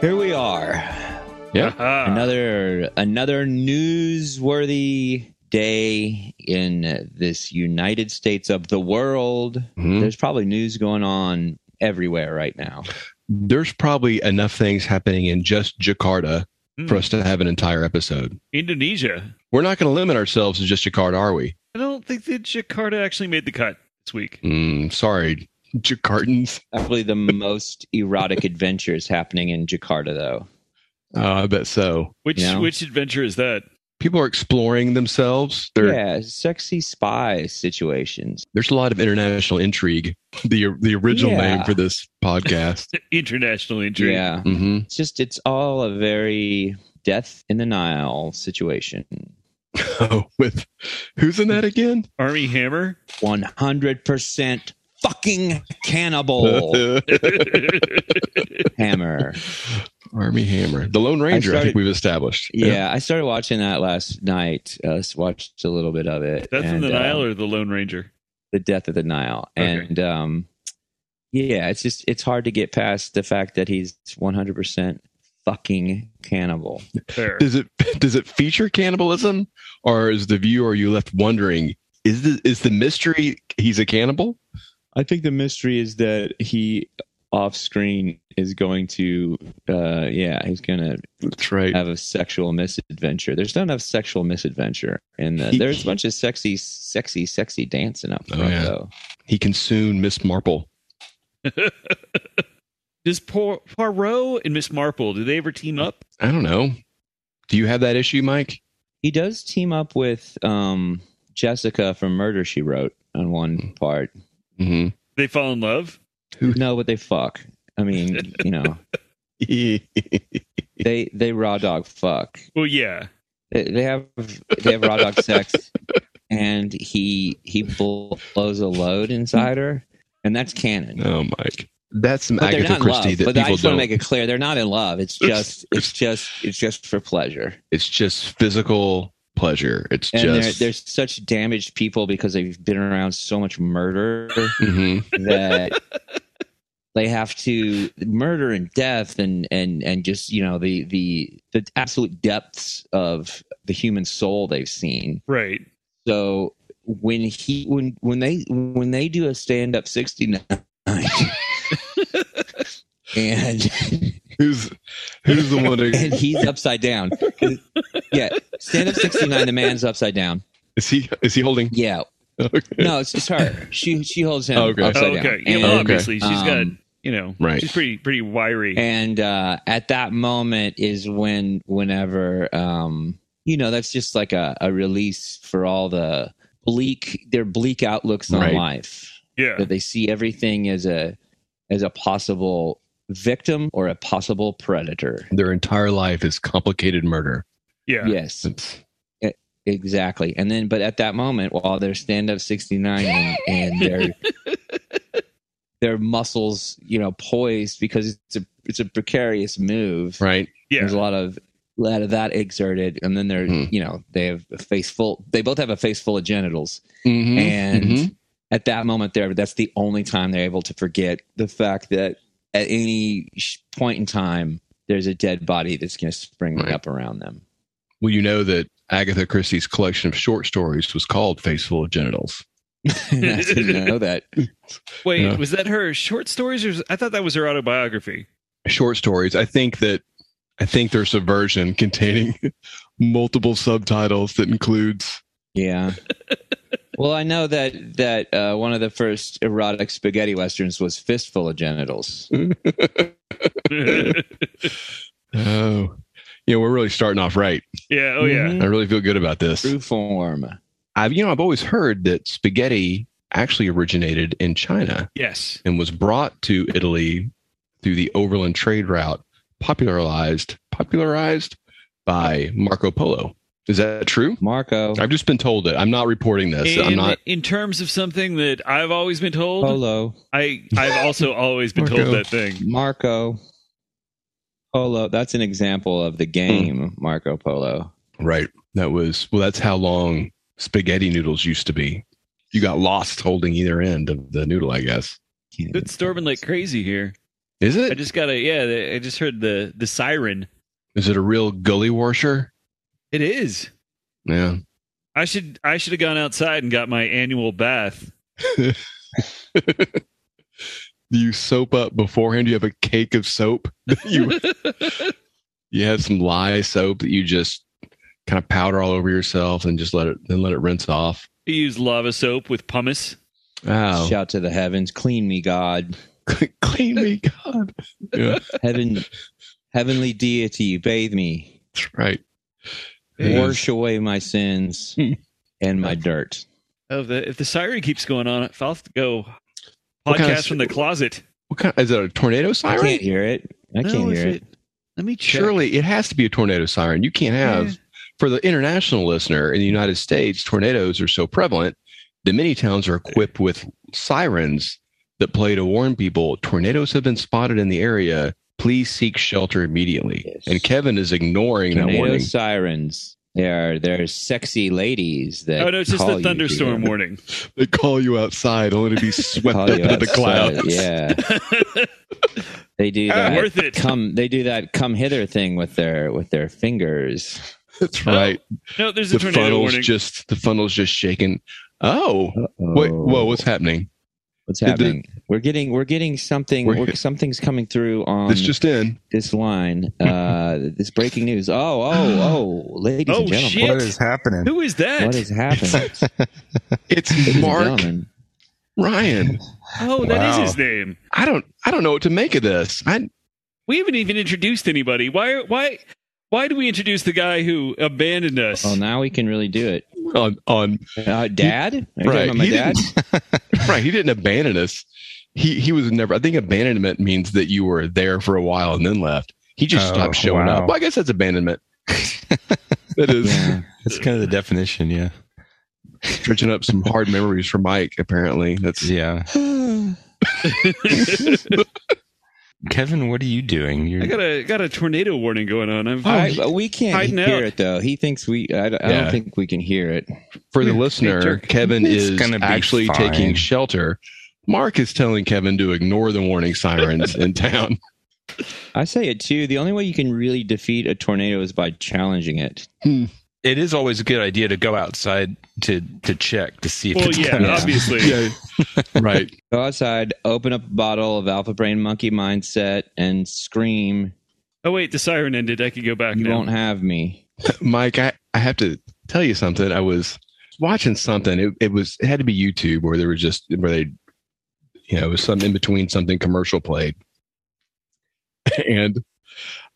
Here we are. Yeah. Uh-huh. Another another newsworthy day in this United States of the world. Mhm. There's probably news going on everywhere right now. There's probably enough things happening in just Jakarta Hmm. for us to have an entire episode. Indonesia. We're not going to limit ourselves to just Jakarta, are we? I don't think that Jakarta actually made the cut this week. Mm, sorry, Jakartans. Probably the most erotic adventures happening in Jakarta though. Uh, I bet so. Which Yeah. which adventure is that? People are exploring themselves. There, Yeah, sexy spy situations. There's a lot of international intrigue. The the original Yeah. name for this podcast. International intrigue. Yeah. hmm It's just it's all a very death in the Nile situation. Oh, with who's in that again? Army Hammer. 100% fucking cannibal. hammer. Army Hammer, the Lone Ranger. I, started- think we've established. Yeah, I started watching that last night. Uh, s- watched a little bit of it. Death in and, the uh, Nile or the Lone Ranger? the death of the Nile, Okay. and um, yeah, it's just it's hard to get past the fact that he's one hundred percent fucking cannibal. Fair. Does it does it feature cannibalism, or is the viewer you left wondering is the is the mystery he's a cannibal? I think the mystery is that he off screen is going to uh yeah he's gonna That's right. have a sexual misadventure there's not enough sexual misadventure and the, He- there's a bunch of sexy sexy sexy dancing up Oh, front yeah. though He can soon Miss Marple. Does Por- Poirot and Miss Marple, do they ever team up? I don't know. Do you have that issue, Mike? He does team up with um, Jessica from Murder She Wrote on Hmm. one part. Mm-hmm. They fall in love? No, but they fuck. I mean, you know, they they raw dog fuck. Well, yeah. They, they have they have raw dog sex, and he he bl- blows a load inside her, and that's canon. oh, Mike. That's some But they're Agatha not in love. Christie that But I people just want don't. to make it clear they're not in love. It's just it's just it's just for pleasure. it's just physical pleasure. It's And just. they're they're such damaged people because they've been around so much murder. Mhm. that they have to murder and death and and and just you know the the the absolute depths of the human soul they've seen Right. so when he when when they when they do a stand up 69 and Who's who's the one? and That, he's upside down yeah stand up 69 the man's upside down is he is he holding? yeah Okay. no it's, it's her she she holds him Okay. upside oh, okay. down Yeah, And- uh, well, obviously, she's got, um, you know, Right. she's pretty pretty wiry. and uh, at that moment is when whenever um, you know that's just like a, a release for all the bleak their bleak outlooks on Right. life yeah. that they see everything as a as a possible victim or a possible predator Their entire life is complicated murder. Yeah. yes E, It's- exactly and then but at that moment while they're stand up 69 and, and their their muscles you know poised because it's a it's a precarious move right. Yeah. Mm-hmm. There's a lot of a lot of that exerted, and then they're Hmm. you know they have a face full. They both have a face full of genitals, Mm-hmm. Mhm. and Mhm. at that moment there, that's the only time they're able to forget the fact that at any sh- point in time there's a dead body that's going to spring Right. up around them. Well, you know that Agatha Christie's collection of short stories was called Face Full of Genitals. I didn't know that. Wait, Yeah. was that her short stories? Or was- I thought that was her autobiography. Short stories. I think that I think there's a version containing multiple subtitles that includes Yeah. Well, I know that that uh, one of the first erotic spaghetti westerns was Fistful of Genitals. yeah. oh, you know, we're really starting off right. Oh, yeah. Mhm. I really feel good about this. True form. I've you know I've always heard that spaghetti actually originated in China Yes. and was brought to Italy through the overland trade route, popularized popularized by Marco Polo. Is that true? Marco I've just been told it. I'm not reporting this. In, I'm not. in terms of something that I've always been told, Polo I I've also always been told Marco. that thing. Marco Polo. That's an example Hmm. of the game Marco Polo. Right. That was well. That's how long spaghetti noodles used to be. You got lost holding either end of the noodle, I guess. Can't It's storming like crazy here. Is I it? just got a yeah. the- I just heard the the siren. Is it a real gully washer? It is. Yeah. I should I should have gone outside and got my annual bath. Do you soap up beforehand? Do you have a cake of soap? that you you have some lye soap that you just kind of powder all over yourself and just let it then let it rinse off. You use lava soap with pumice. Oh, Shout to the heavens, clean me, God, clean me, God. Yeah, heaven, heavenly deity, bathe me, that's right. Yes. wash away my sins and my dirt. Oh, if the, if the siren keeps going on, I'll have to go podcast What kind of s- from the closet. What kind? Is it a tornado I siren? can't hear it. I can't if hear it. Let me check. Surely it has to be a tornado siren. You can't have Yeah. for the international listener in the United States. Tornadoes are so prevalent that many towns are equipped with sirens that play to warn people tornadoes have been spotted in the area. Please seek shelter immediately. Yes. And Kevin is ignoring that Tornado warning. sirens. They're they're sexy ladies that. Oh no, it's just call the you thunderstorm to- warning. They call you outside only to be swept call up you into the outside. clouds. Yeah, they do that. Ah, Worth it. Come, they do that. Come hither thing with their with their fingers. That's right. No, there's a the tornado funnel's warning. just the funnel's just shaking. Oh, wait, whoa, what's happening? What's Did the- happening? we're getting we're getting something. We're- we're- something's coming through on this just in. this line. Uh, this breaking news. Oh oh oh, ladies Oh, and gentlemen, shit. What is happening? Who is that? what is happening? It's Ladies and Mark gentlemen. Ryan. oh, that is Wow. his name. I don't I don't know what to make of this. I We haven't even introduced anybody. Why? Why? Why do we introduce the guy who abandoned us? Well, now we can really do it. on on Uh, dad, Are you talking Right. about my He dad. right, he didn't abandon us. He he was never I think abandonment means that you were there for a while and then left. He just Oh, stopped showing wow. up. Well, I guess that's abandonment. that is Yeah. That's kind of the definition, yeah. stretching up some hard memories for Mike, apparently. That's Yeah. Kevin, what are you doing? You're, I got a got a tornado warning going on. I'm I, we can't hiding hear out. it though. He thinks we. I, I Oh, Yeah. don't think we can hear it. for the listener, jerk. Kevin It's is gonna be actually fine. taking shelter. Mark is telling Kevin to ignore the warning sirens in town. I say it too. The only way you can really defeat a tornado is by challenging it. it is always a good idea to go outside to to check to see if well, it's yeah, coming. obviously. Yeah. right. Go outside, open up a bottle of Alpha Brain Monkey Mindset, and scream, Oh wait, the siren ended. I can go back "You now. won't have me." Mike, I, I have to tell you something. I was watching something. It, it was it had to be YouTube where there was just where they you know, it was some in between something commercial played. And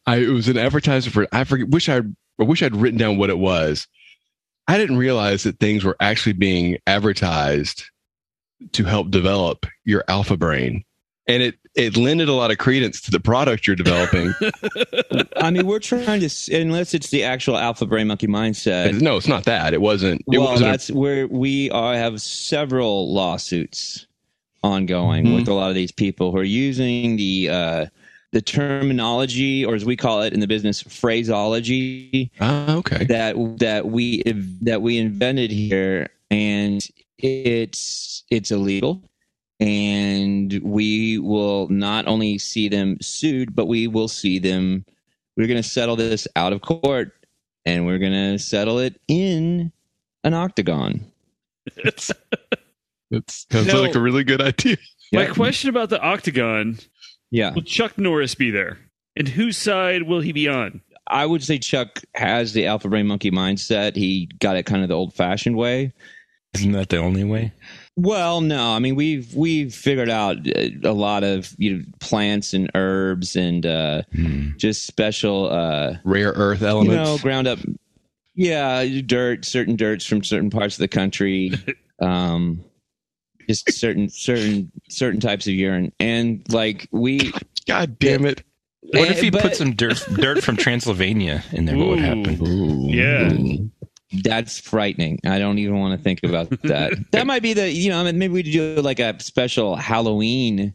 I it was an advertiser for I forget wish I I wish I'd written down what it was. I didn't realize that things were actually being advertised to help develop your alpha brain. And it it lended a lot of credence to the product you're developing. I mean, we're trying to, s- unless it's the actual Alpha Brain Monkey Mindset. no, it's not that. It wasn't. It well, wasn't a- that's where we are. Have several lawsuits ongoing Mhm. with a lot of these people who are using the uh, the terminology, or as we call it in the business, phraseology. Ah, okay. that that we that we invented here and it's it's illegal and we will not only see them sued but we will see them we're going to settle this out of court and we're going to settle it in an octagon That sounds No. like a really good idea. My Yeah. question about the octagon: yeah Will Chuck Norris be there? And whose side will he be on? i would say chuck has the alpha brain monkey mindset he got it kind of the old fashioned way Isn't that the only way? Well, no, I mean we've we've figured out uh, a lot of you know, plants and herbs and uh, Hmm. just special uh, Rare earth you elements. know ground up, yeah, dirt, certain dirts from certain parts of the country. um, just certain certain certain types of urine, and like we. God damn it. What if and- he Eh, but put some dirt dirt from Transylvania in there? What would happen? Ooh. Yeah. That's frightening. I don't even want to think about that. that might be the you know I mean, maybe we do like a special Halloween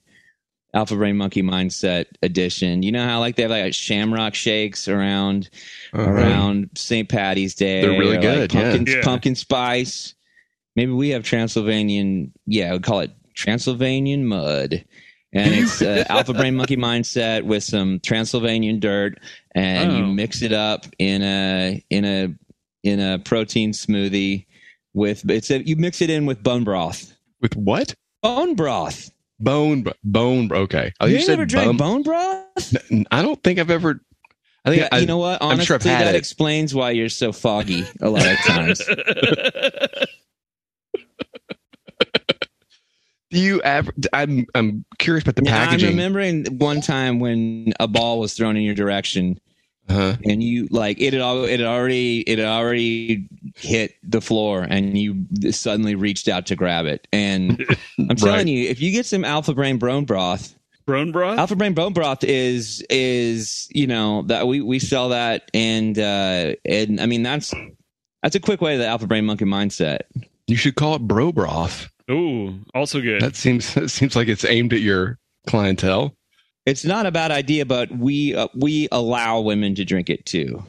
Alpha Brain Monkey Mindset edition. You know how like they have like shamrock shakes around around St. Patty's Day. They're really or, good, yeah. pumpkin, Yeah. pumpkin spice. Maybe we have Transylvanian. Yeah, we call it Transylvanian mud, and it's uh, Alpha Brain Monkey Mindset with some Transylvanian dirt, and you Oh. mix it up in a in a in a protein smoothie with it's a, you mix it in with bone broth. With what? Bone broth. Bone, bro- bone. bro- Okay. Oh, you you, ain't said never drank bone bone. broth? I don't think I've ever. I think Yeah, I, you know what? I'm Honestly, sure I've had that it. explains why you're so foggy a lot of times. do you ever? I'm I'm curious about the Yeah, packaging. I'm remembering one time when a ball was thrown in your direction, huh? and you like it had al- it had already it had already hit the floor, and you suddenly reached out to grab it. And I'm telling you, if you get some alpha brain bone broth, Brown broth? alpha brain bone broth is is you know that we we sell that, and uh and I mean that's that's a quick way to the alpha brain monkey mindset. You should call it bro broth. Ooh, also good. That seems that seems like it's aimed at your clientele. It's not a bad idea, but we uh, we allow women to drink it too.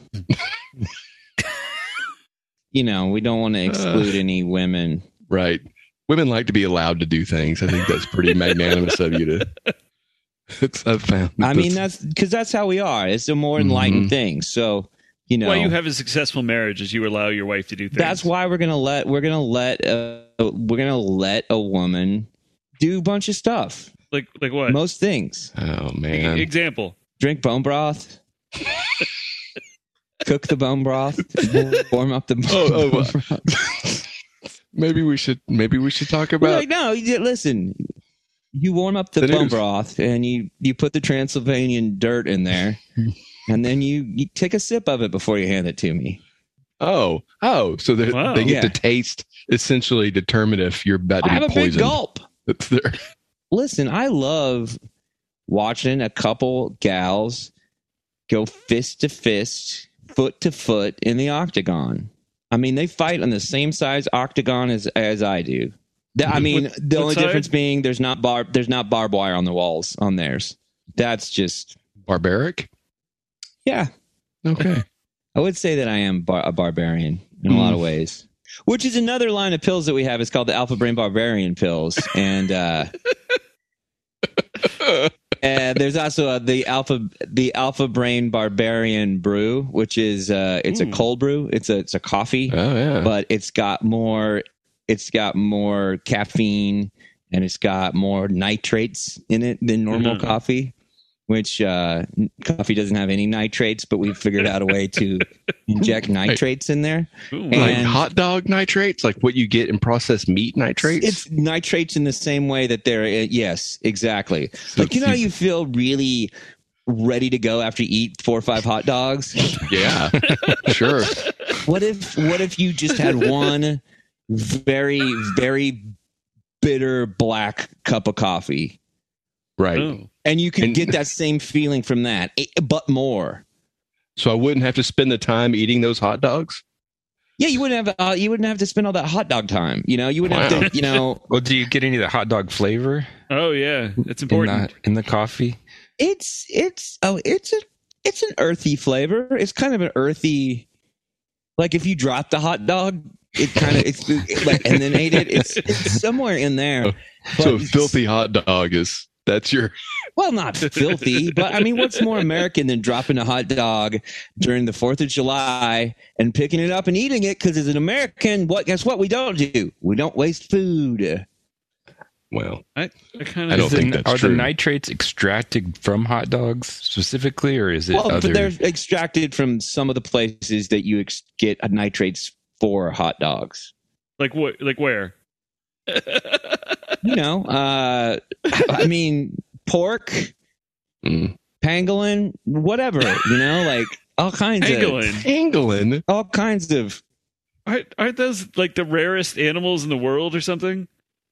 you know, we don't want to exclude any women. Right. Women like to be allowed to do things. I think that's pretty magnanimous of you to. It's, I've found. I mean, that's because that's how we are. It's a more enlightened thing. So you know, Why you have a successful marriage is you allow your wife to do things. that's why we're gonna let we're gonna let uh, we're gonna let a woman do a bunch of stuff. Like like what? Most things. Oh E- man. Example. drink bone broth. Cook the bone broth. Warm up the bone Oh, oh, uh, broth. maybe we should. Maybe we should talk We're about. like, no, you, listen. You warm up the, The bone news. broth and you you put the Transylvanian dirt in there, and then you, you take a sip of it before you hand it to me. oh, oh. So they, Wow. they get to Yeah. taste essentially determine if you're about to I have be a big poisoned. gulp. That's their- Listen, I love watching a couple gals go fist to fist, foot to foot in the octagon. I mean, they fight on the same size octagon as as I do. The- I mean, What- the what only side? difference being there's not barb there's not barbed wire on the walls on theirs. That's just barbaric. yeah. Okay. I would say that I am bar- a barbarian in a lot of ways, which is another line of pills that we have. It's called the Alpha Brain Barbarian pills, and uh, and there's also uh, the Alpha the Alpha Brain Barbarian Brew, which is uh, it's Ooh. a cold brew. It's a it's a coffee, Oh yeah. but it's got more it's got more caffeine and it's got more nitrates in it than normal Mhm. coffee which uh, n- coffee doesn't have any nitrates but we figured out a way to inject nitrates in there Ooh, like and- hot dog nitrates, like what you get in processed meat nitrates. it's nitrates in the same way that they're uh, yes exactly So like you know how it's- you feel really ready to go after you eat four or five hot dogs yeah, sure. What if what if you just had one very very bitter black cup of coffee Right. ooh. and you could And- get that same feeling from that eh, but more. So I wouldn't have to spend the time eating those hot dogs. Yeah, you wouldn't have uh, you wouldn't have to spend all that hot dog time, you know? You wouldn't Wow. have to, you know, Well, do you get any of the hot dog flavor Oh yeah, it's in important. the, in the coffee? it's it's oh, it's a it's an earthy flavor. It's kind of an earthy like if you dropped the hot dog it kind of it's like and then ate it. It's, it's somewhere in there. so a But- filthy hot dog is that's your Well, not filthy, but I mean, what's more American than dropping a hot dog during the 4th of July and picking it up and eating it? Because as an American, what guess what we don't do? We don't waste food. well. I kind I of don't Is it- think that's are true. the nitrates extracted from hot dogs specifically, or is it Well, but other? they're extracted from some of the places that you ex- get nitrates for hot dogs. like what like where? You know, uh, I mean, pork, Mm. pangolin, whatever. You know, like all kinds of Pangolin. Pangolin. all kinds of Aren't, aren't those like the rarest animals in the world or something?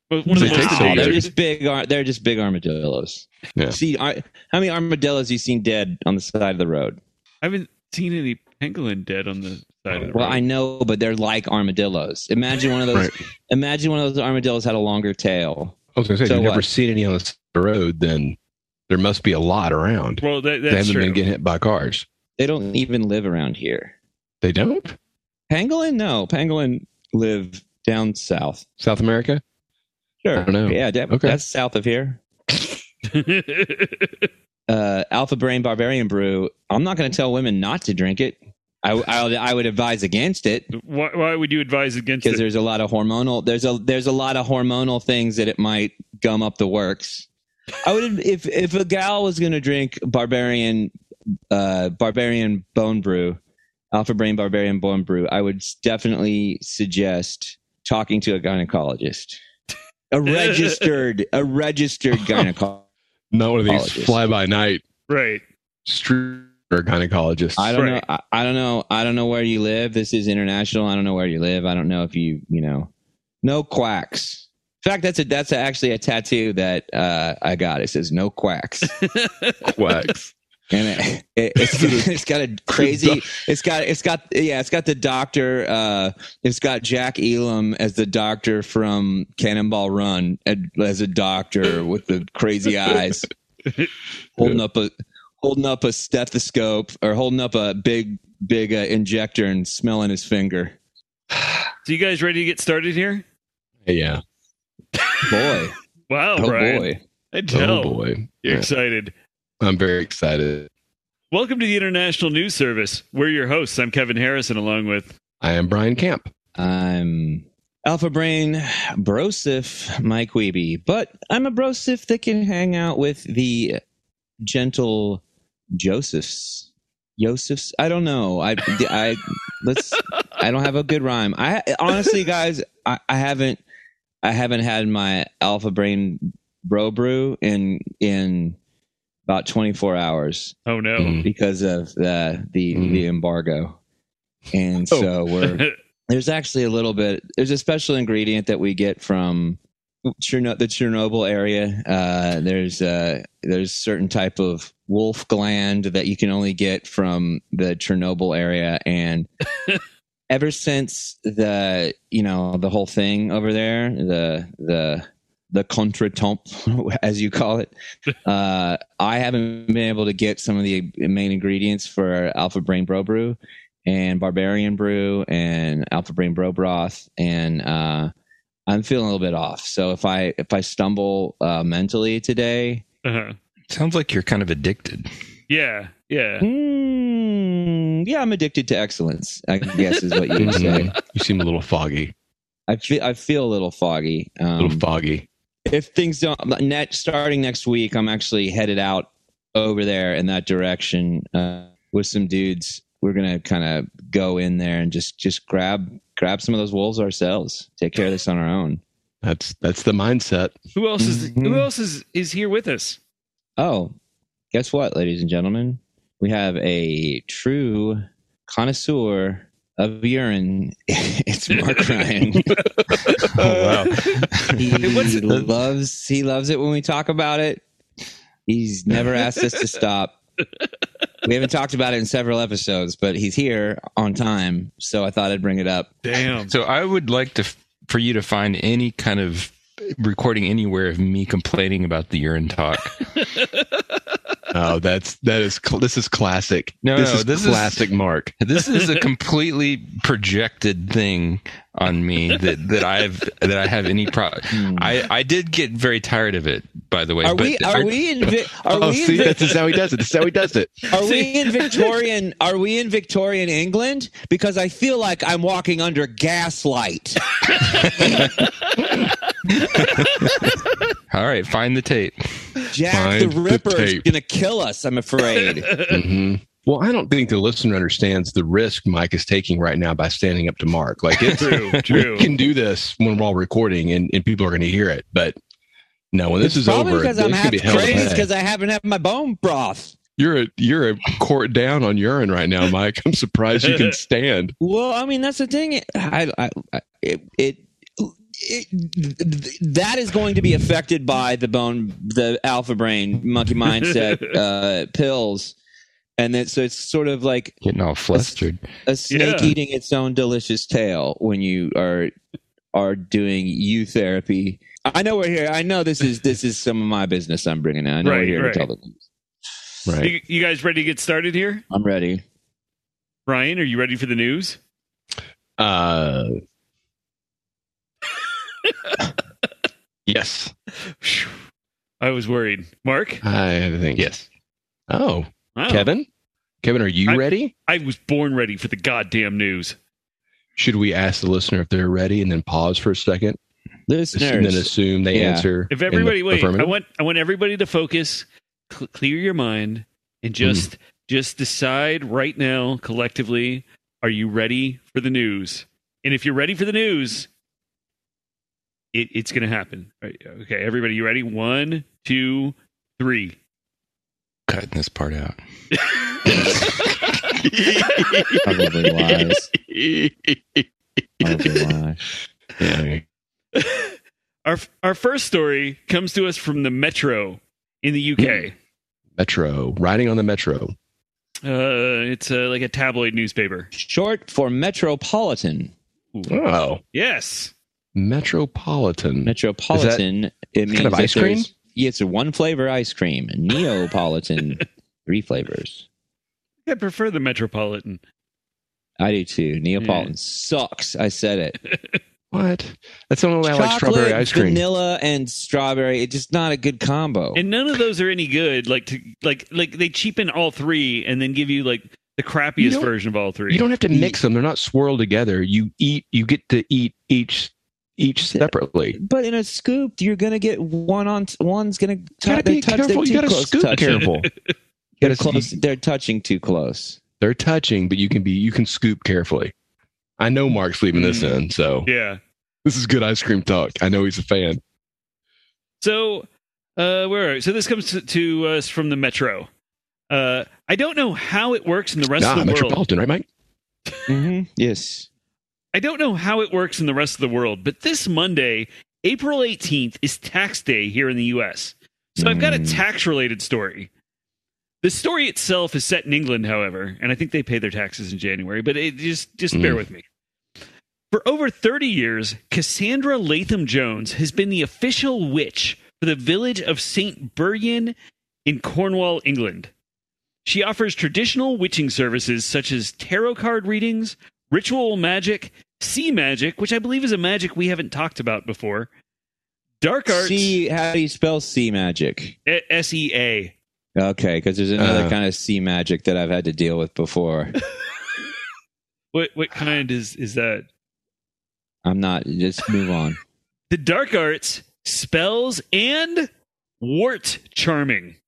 But one of They the most take so long. they're endangered. just big. ar- They're just big armadillos. Yeah. See, I, how many armadillos you seen dead on the side of the road? I haven't seen any pangolin dead on the side of the Well, road. I know, but they're like armadillos. Imagine one of those. Imagine one of those armadillos had a longer tail. I was going to say, So if you've never what? seen any on the side of the road, then there must be a lot around. well, that, They that's haven't true. been getting hit by cars. They don't even live around here. They don't? Pangolin? No, pangolin live down south. South America? Sure. I don't know. Yeah, that, Okay. that's south of here. uh, Alpha Brain Barbarian Brew. I'm not going to tell women not to drink it. I, I, I would advise against it why, why would you advise against because it? there's a lot of hormonal. There's a there's a lot of hormonal things that it might gum up the works. I would if if a gal was going to drink Barbarian uh, Barbarian Bone Brew, Alpha Brain Barbarian Bone Brew, I would definitely suggest talking to a gynecologist, a registered a registered gynecologist. Not one of these Apologies. fly by night Right. street gynecologists. I don't Right. know. I, I don't know. I don't know where you live. This is international. I don't know where you live. I don't know if you you know. No quacks. In fact, that's a that's actually a tattoo that uh, I got. It says no quacks, Quacks. and it, it, it's, it's got a crazy. It's got it's got yeah. It's got the doctor. Uh, it's got Jack Elam as the doctor from Cannonball Run and- as a doctor with the crazy eyes, holding up a holding up a stethoscope or holding up a big big uh, injector and smelling his finger. So you guys ready to get started here? yeah. Boy, Wow, oh Brian. boy, I tell Oh, boy. you're Yeah. excited. I'm very excited. Welcome to the International News Service. We're your hosts. I'm Kevin Harrison, along with I am Brian Camp. I'm Alpha Brain Brosif Mike Weeby, but I'm a Brosif that can hang out with the gentle Josephs. Josephs, I don't know. I, I let's. I don't have a good rhyme. I honestly, guys, I, I haven't, I haven't had my Alpha Brain Bro Brew in in about 24 hours Oh no. Mm. because of the the, Mhm. the embargo, and Oh. so we're there's actually a little bit there's a special ingredient that we get from Cherno- the Chernobyl area. Uh, there's uh, there's certain type of wolf gland that you can only get from the Chernobyl area, and ever since the you know the whole thing over there, the the the contretemps as you call it, uh, I haven't been able to get some of the main ingredients for Alpha Brain Bro Brew and Barbarian Brew and Alpha Brain Bro Broth, and uh, I'm feeling a little bit off. So if I if I stumble uh, mentally today, Uh-huh. Sounds like you're kind of addicted. Yeah, yeah. mm, yeah, I'm addicted to excellence. I guess is what you would say. Mhm. you seem a little foggy. I feel I feel a little foggy. A Um, little foggy. if things don't net starting next week, I'm actually headed out over there in that direction uh, with some dudes. We're gonna kind of go in there and just just grab grab some of those wolves ourselves. Take care of this on our own. That's that's the mindset. Who else is who Mm-hmm. Mhm. else is is here with us? Oh, guess what, ladies and gentlemen? We have a true connoisseur of urine. it's Mark Ryan. Oh, wow. he loves he loves it when we talk about it. He's never asked us to stop. We haven't talked about it in several episodes, but he's here on time, so I thought I'd bring it up. Damn. So I would like to for you to find any kind of recording anywhere of me complaining about the urine talk. Oh, that's that is cl- this is classic. No, this no, is this is- classic Mark. this is a completely projected thing on me that, that I've that I have any pro I, I did get very tired of it, by the way. Hmm. Are we are we in vi- are oh, we in see, vi- that's just how he does it. That's how he does it. Are we in Victorian? Are we in Victorian England? Because I feel like I'm walking under gaslight. all right, find the tape. Jack Find the the Ripper is tape. gonna kill us. I'm afraid. Mm-hmm. hmm Well, I don't think the listener understands the risk Mike is taking right now by standing up to Mark. Like it's True, true. we can do this when we're all recording and, and people are going to hear it. But no, when this it's is probably over, because this I'm could half be hell to crazy pay. because I haven't had my bone broth. You're a you're a court down on urine right now, Mike. I'm surprised you can stand. Well, I mean that's the thing. I, I, I it, it it, th- th- that is going to be affected by the bone, the alpha brain, monkey mindset uh, pills, and then so it's sort of like Getting all flustered. a snake Yeah. eating its own delicious tail when you are are doing you therapy. I know we're here. I know this is this is some of my business. I'm bringing in. I know Right, we're here right. to tell the news. Right. You, you guys ready to get started here? I'm ready. Ryan, are you ready for the news? Uh, yes. Phew. I was worried. Mark? I had to think. Yes. Oh, Wow. Kevin? Kevin, are you I- ready? I was born ready for the goddamn news. Should we ask the listener if they're ready and then pause for a second and then Listeners, assume they Yeah. answer? If in the everybody wait, I affirmative? want I want everybody to focus, cl- clear your mind, and Mm-hmm. just just decide right now collectively: Are you ready for the news? And if you're ready for the news, it, it's going to happen. Right, Okay, everybody, you ready? One, two, three. Cutting this part out. probably lies. Probably lies. Yeah. Our our first story comes to us from the Metro in the UK. Metro, riding on the Metro. Hmm. Uh, it's uh, like a tabloid newspaper. Short for metropolitan. Oh, Yes. Metropolitan. Metropolitan. it means kind of that ice cream? there's- Yeah, it's a one flavor ice cream. Neapolitan, three flavors. I prefer the Metropolitan. I do too. Hmm. Neapolitan sucks. I said it. what? That's the only way Oh, I like strawberry ice cream. vanilla, and strawberry. It's just not a good combo. And none of those are any good. Like to like like they cheapen all three and then give you like the crappiest don't- version of all three. You don't have to mix them; they're not swirled together. You eat. You get to eat each each separately. but in a scoop, you're gonna get one on one's gonna t- You gotta they be touch- careful. they're You too gotta close to scoop touch. careful. You They're gotta close. scoop- They're touching too close. They're touching, but you can be. You can scoop carefully. I know Mark's leaving this in, so Mm. Yeah. this is good ice cream talk. I know he's a fan. So uh where are we? so this comes to, to us from the Metro. Uh I don't know how it works in the rest ah, of the world. metropolitan, right, Mike? Mm-hmm. Yes. I don't know how it works in the rest of the world, but this Monday, April 18th, is tax day here in the US. So I've got a Mm. tax related story. The story itself is set in England, however, and I think they pay their taxes in January, but it just just bear Mm. with me. For over 30 years, Cassandra Latham Jones has been the official witch for the village of St. Buryan in Cornwall, England. She offers traditional witching services such as tarot card readings, ritual magic, sea magic, which I believe is a magic we haven't talked about before, dark arts, C. How do you spell sea magic? E- S-E-A. Okay, because there's another Uh. kind of sea magic that I've had to deal with before. What what kind is is that? I'm not. Just move on. The dark arts, spells, and wart charming.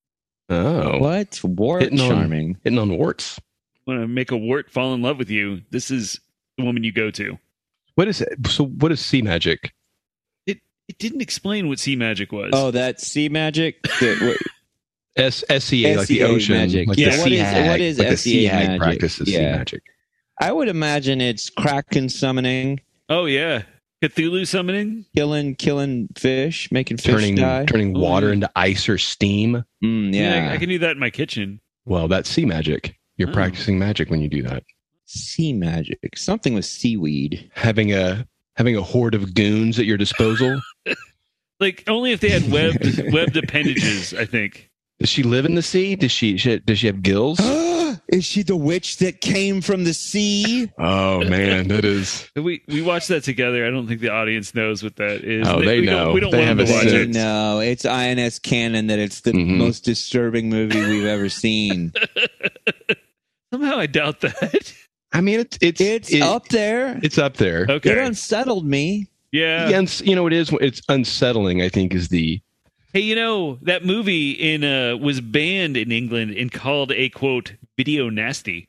Oh, What? War Hitting on- charming. hitting on warts. Want to make a wart fall in love with you? This is the woman you go to. What is it? So, what is sea magic? It didn't explain what sea magic was. Oh, that sea magic. The- wait, S S E A like the SEA ocean. magic. Like Yeah, the what is- sea hag, what is like the SEA sea hag magic? Practices sea Yeah. magic. I would imagine it's kraken summoning, oh yeah, Cthulhu summoning. killing, killing fish, making fish Turning die. turning Ooh. water into ice or steam. Mm, yeah. I, I can do that in my kitchen. Well, that's sea magic. You're Oh. Mm. practicing magic when you do that. sea magic. Something with seaweed. Having a having a horde of goons at your disposal. Like only if they had webbed webbed appendages. I think. does she live in the sea? Does she, she does she have gills? Is she the witch that came from the sea? oh man, that is. We we watched that together. I don't think the audience knows what that is. Oh, they we don't- know. we don't They want them have to a watch sense. it. No, it's INS canon that it's the Mhm. most disturbing movie we've ever seen. Somehow I doubt that. I mean, it's it's It's it- up there. It's up there. Okay. It unsettled me. yeah. Oh, Yeah, and, you know it is. It's unsettling. I think is the Hey, you know that movie in uh was banned in England and called a quote video nasty.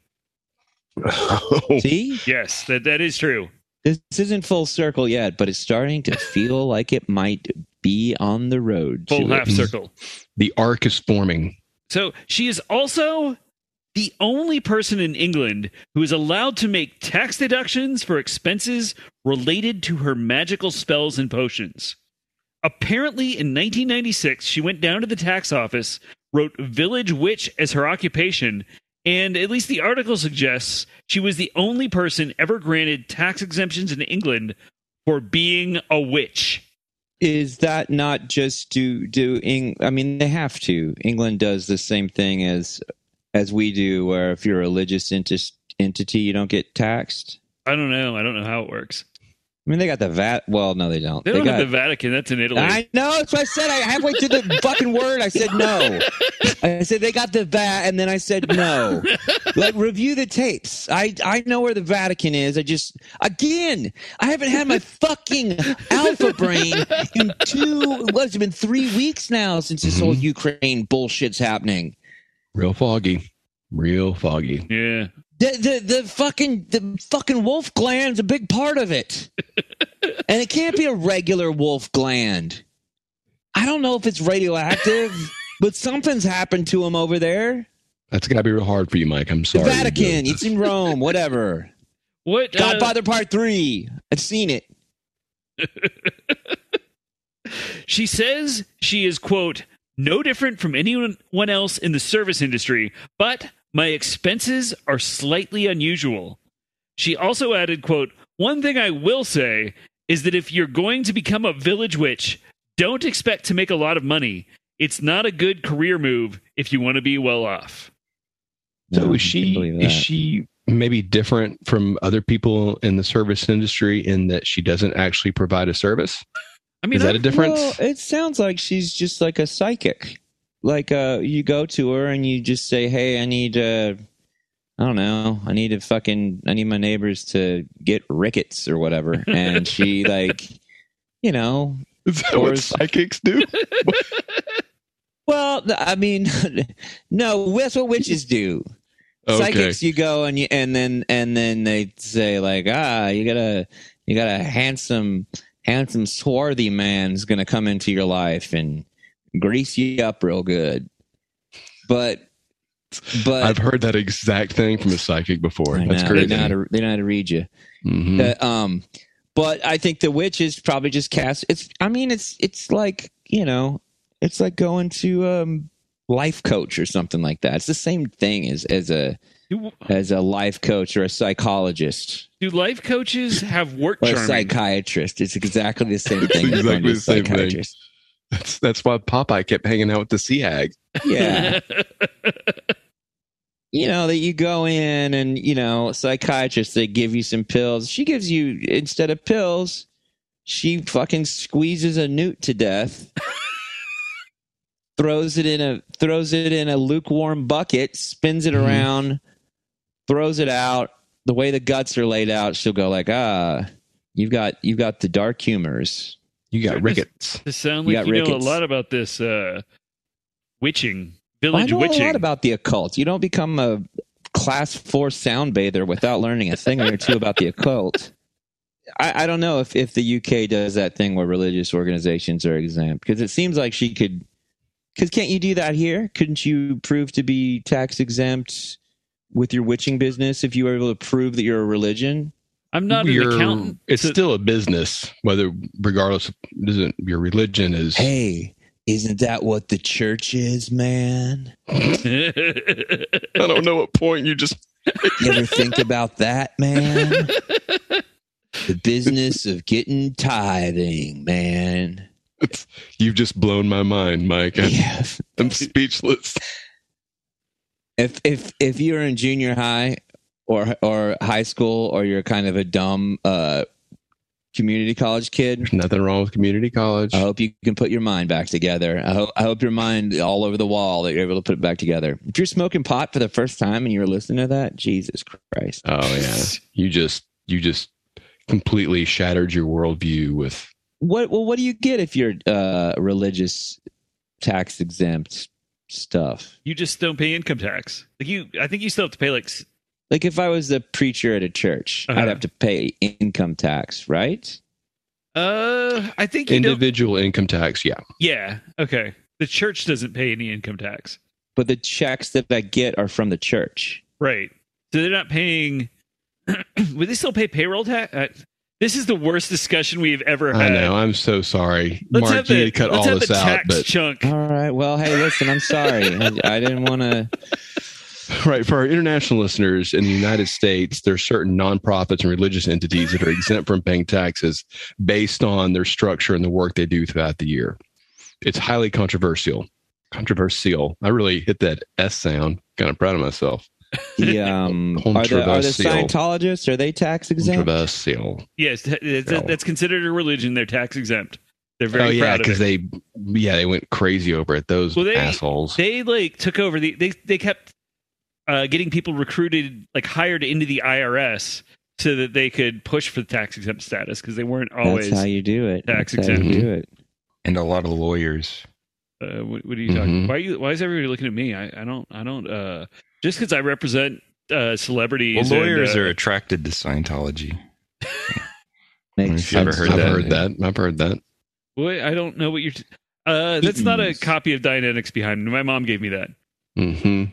See, Yes, that that is true. this isn't full circle yet, but it's starting to feel like it might be on the road. to Full it. half circle. the arc is forming. So she is also the only person in England who is allowed to make tax deductions for expenses related to her magical spells and potions. Apparently, in 1996, she went down to the tax office, wrote village witch as her occupation, and at least the article suggests she was the only person ever granted tax exemptions in England for being a witch. Is that not just do do? Eng- I mean, they have to. England does the same thing as as we do, where if you're a religious enti- entity, you don't get taxed. I don't know. I don't know how it works. I mean, they got the VAT. Well, no, they don't. They don't got, have the Vatican. That's in Italy. I know. That's what I said. I halfway to the fucking word. I said no. I said they got the VAT, and then I said no. like review the tapes. I I know where the Vatican is. I just again, I haven't had my fucking alpha brain in two. What has it been? Three weeks now since this whole Ukraine bullshit's happening. Real foggy. Real foggy. yeah. The, the the fucking the fucking wolf gland's a big part of it, and it can't be a regular wolf gland. I don't know if it's radioactive, but something's happened to him over there. That's got to be real hard for you, Mike. I'm The sorry. Vatican, it's in Rome, whatever. What? uh, Godfather Part Three, I've seen it. She says she is, quote, no different from anyone else in the service industry, but my expenses are slightly unusual. She also added, quote, one thing I will say is that if you're going to become a village witch, don't expect to make a lot of money. It's not a good career move if you want to be well off. So is she is she maybe different from other people in the service industry in that she doesn't actually provide a service? I mean, is that a difference? Well, it sounds like she's just like a psychic. Like uh, you go to her and you just say, "Hey, I need, uh, I don't know, I need to fucking, I need my neighbors to get rickets or whatever," and she like, you know, is that what Or- psychics do? well, th- I mean, no, that's what witches do. Psychics, you go and you, and then and then they say like, ah, you got a you got a handsome handsome swarthy man's gonna come into your life and grease you up real good. But but I've heard that exact thing from a psychic before. I That's know, crazy. They know, how to, they know how to read you. Mhm. Uh, um, but I think the witch is probably just cast. It's I mean it's it's like you know it's like going to um life coach or something like that. It's the same thing as as a do, as a life coach or a psychologist do life coaches have work or a charming? psychiatrist. It's exactly the same thing. as Exactly going to a the same thing. psychiatrist. That's that's why Popeye kept hanging out with the sea hag. Yeah. you know that you go in and you know psychiatrists they give you some pills she gives you instead of pills she fucking squeezes a newt to death throws it in a throws it in a lukewarm bucket spins it Mhm. around throws it out the way the guts are laid out she'll go like ah you've got you've got the dark humors You got Goodness. rickets. To sound You like got you, know a rickets. lot about this uh, witching, I village know witching. a lot about the occult. You don't become a class four sound bather without learning a thing or two about the occult. I, I don't know if, if the UK does that thing where religious organizations are exempt because it seems like she could. Because can't you do that here? Couldn't you prove to be tax exempt with your witching business if you were able to prove that you're a religion? I'm not Your- an accountant. It's so- still a business, whether regardless of doesn't your religion is Hey, isn't that what the church is, man? I don't know what point you just You ever think about that, man? The business of getting tithing, man. you've just blown my mind, Mike. I'm, Yeah. I'm speechless. If if if you're in junior high or or high school or you're kind of a dumb uh community college kid, There's nothing wrong with community college. Oh. I hope you can put your mind back together. I hope I hope your mind all over the wall that you're able to put it back together. If you're smoking pot for the first time and you're listening to that, Jesus Christ. oh yeah, you just you just completely shattered your worldview with What well what do you get if you're uh religious tax exempt stuff? you just don't pay income tax. Like you, I think you still have to pay like. s- Like if I was a preacher at a church, Uh-huh. I'd have to pay income tax, right? Uh, I think you don't. individual income tax. Yeah, Yeah. Okay. The church doesn't pay any income tax, But the checks that I get are from the church. right? So they're not paying. would they still pay payroll tax? Uh, This is the worst discussion we have ever had. I know. I'm so sorry, Let's Mark. have you the, need to cut let's all have this the out. tax But chunk. All right. Well, hey, listen, I'm sorry. I, I didn't want to. right for our international listeners in the United States, there are certain nonprofits and religious entities that are exempt from paying taxes based on their structure and the work they do throughout the year. It's highly controversial. Controversial. I really hit that S sound. Kind of proud of myself. The, um, are, the, are the Controversial. Scientologists, are they tax exempt? Controversial. Yes, th- th- th- that's considered a religion. They're tax exempt. They're very oh yeah, proud of it. because they yeah they went crazy over it. Those Well, they- assholes. they like took over the they they kept uh, getting people recruited like hired into the IRS so that they could push for the tax exempt status because they weren't always. That's how you do it. tax That's how you exempt. do it. and a lot of lawyers. uh, what, what are you talking? Mm-hmm. Mhm. Why are you? Why is everybody looking at me? I, I don't. I don't. Uh, just because I represent uh, celebrities. Well, and, lawyers uh, are attracted to Scientology. Makes If you ever sense. heard I've that. heard that. I've heard that. Wait, I don't know what you're. T- uh, that's not a Eatons. copy of Dynamics behind me. My mom gave me that. hmm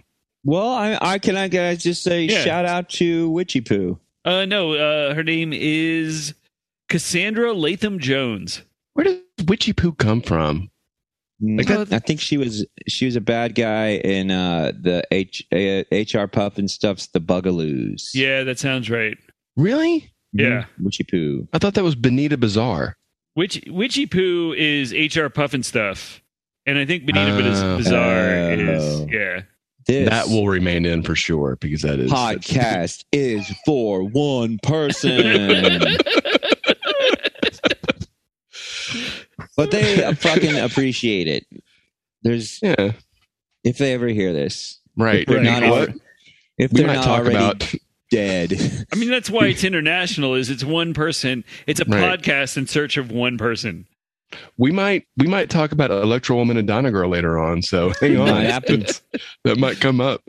Well, I, I can I can I just say Yeah. shout out to Witchy Poo. Uh, no, uh, her name is Cassandra Latham Jones. Where does witchy poo come from? Like I think she was she was a bad guy in uh, the H, uh, HR Puff and stuff's The Bugaloos. Yeah, that sounds right. Really? Yeah. Witchy Poo. I thought that was Benita Bazaar. Witch, Witchy Poo is HR Puffin stuff. And I think Benita Oh. Bazaar Oh. is, yeah. This That will remain in for sure because that is podcast is for one person. but they fucking appreciate it. There's Yeah. if they ever hear this, Right. We're And you not know all- what? if We they're might not talk already about dead. I mean, that's why it's international is it's one person. It's a Right. podcast in search of one person. we might we might talk about Electro Woman and Donna Girl later on. So hang on. Might happen. that might come up.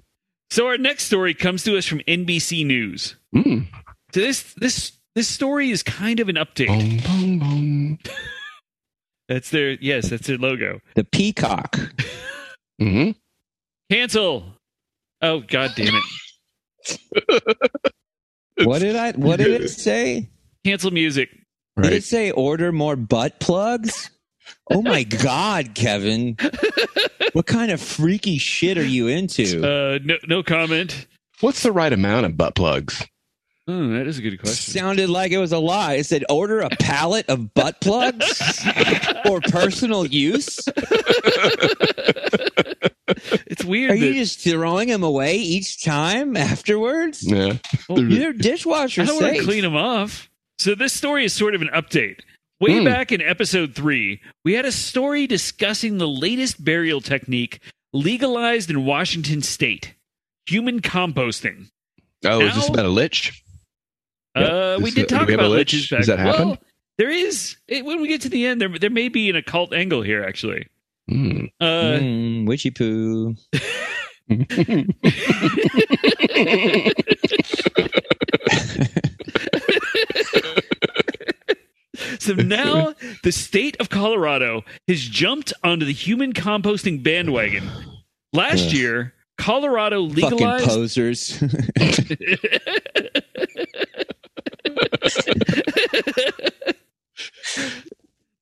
So our next story comes to us from NBC News. Mm. So this this this story is kind of an update. Boom, boom, boom. That's their yes, that's their logo. The peacock. hmm Cancel. Oh god damn it. What did I? What did it say? Cancel music. Did it Right. say order more butt plugs? Oh my God, Kevin! What kind of freaky shit are you into? Uh no no comment. What's the right amount of butt plugs? Oh, that is a good question. Sounded like it was a lie. It said order a pallet of butt plugs for personal use. It's weird. Are you that- just throwing them away each time afterwards? Yeah. Your dishwasher I don't want to safe. clean them off. So this story is sort of an update. Way Hmm. back in episode three, we had a story discussing the latest burial technique legalized in Washington State: human composting. Oh, is this Now- about a lich? Yep. Uh, we Is did that- talk do we have a about lich? liches back. Does that happen? Well, there is. It, when we get to the end, there there may be an occult angle here, actually. Mm. Uh, Mm, witchy poo. So now the state of Colorado has jumped onto the human composting bandwagon. Last Ugh. year, Colorado Fucking legalized. posers.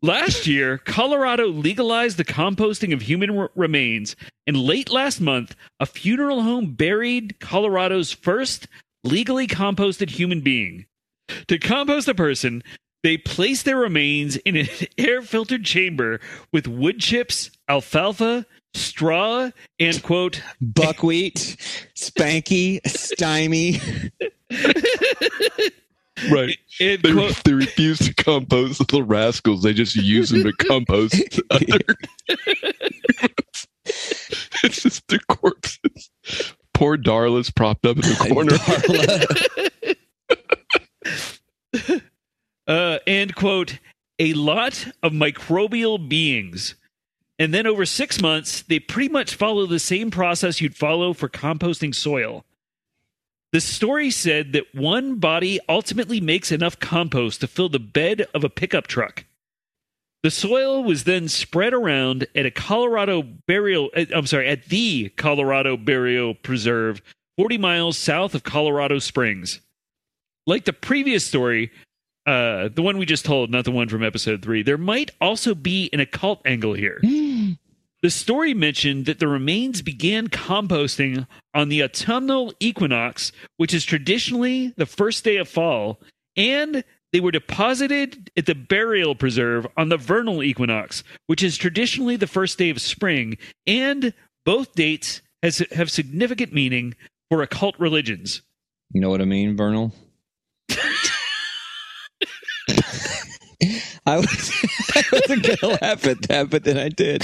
Last year, Colorado legalized the composting of human r- remains, and late last month, a funeral home buried Colorado's first legally composted human being. To compost a person, they place their remains in an air filtered chamber with wood chips, alfalfa, straw, and quote, Buckwheat, Spanky, Stymie. Right. and They, quote they refuse to compose the little rascals. They just use them to compose other It's just the corpses. Poor Darla's propped up in the corner. Darla. uh, and quote, a lot of microbial beings. And then over six months, they pretty much follow the same process you'd follow for composting soil. The story said that one body ultimately makes enough compost to fill the bed of a pickup truck. The soil was then spread around at a Colorado burial, uh, I'm sorry, at the Colorado Burial Preserve, 40 miles south of Colorado Springs. Like the previous story, uh, the one we just told, not the one from episode three, there might also be an occult angle here. the story mentioned that the remains began composting on the autumnal equinox, which is traditionally the first day of fall, and they were deposited at the burial preserve on the vernal equinox, which is traditionally the first day of spring, and both dates has, have significant meaning for occult religions. You know what I mean, Vernal? I was I wasn't gonna laugh at that, but then I did.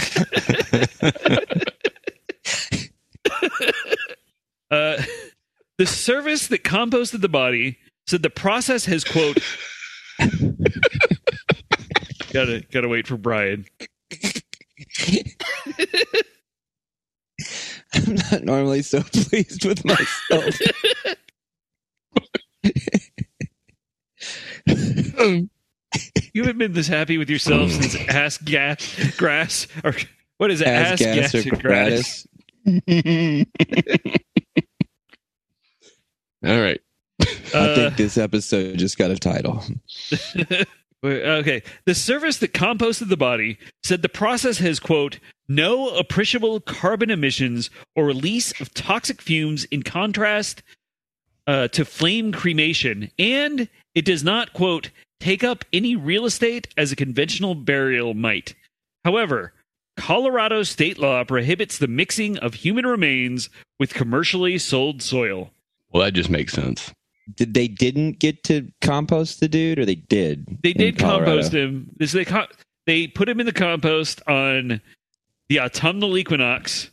Uh, the service that composted the body said the process has quote gotta gotta wait for brian I'm not normally so pleased with myself. you haven't been this happy with yourself since Mm. ass gas grass or what is it As gas or grass gratis. All right. I Uh, think this episode just got a title. Wait, Okay. The service that composted the body said the process has, quote, no appreciable carbon emissions or release of toxic fumes in contrast uh, to flame cremation. And it does not, quote, take up any real estate as a conventional burial might. However, Colorado state law prohibits the mixing of human remains with commercially sold soil. Well, that just makes sense. Did they didn't get to compost the dude, or they did? They in did Colorado? compost him. This they co- they put him in the compost on the autumnal equinox,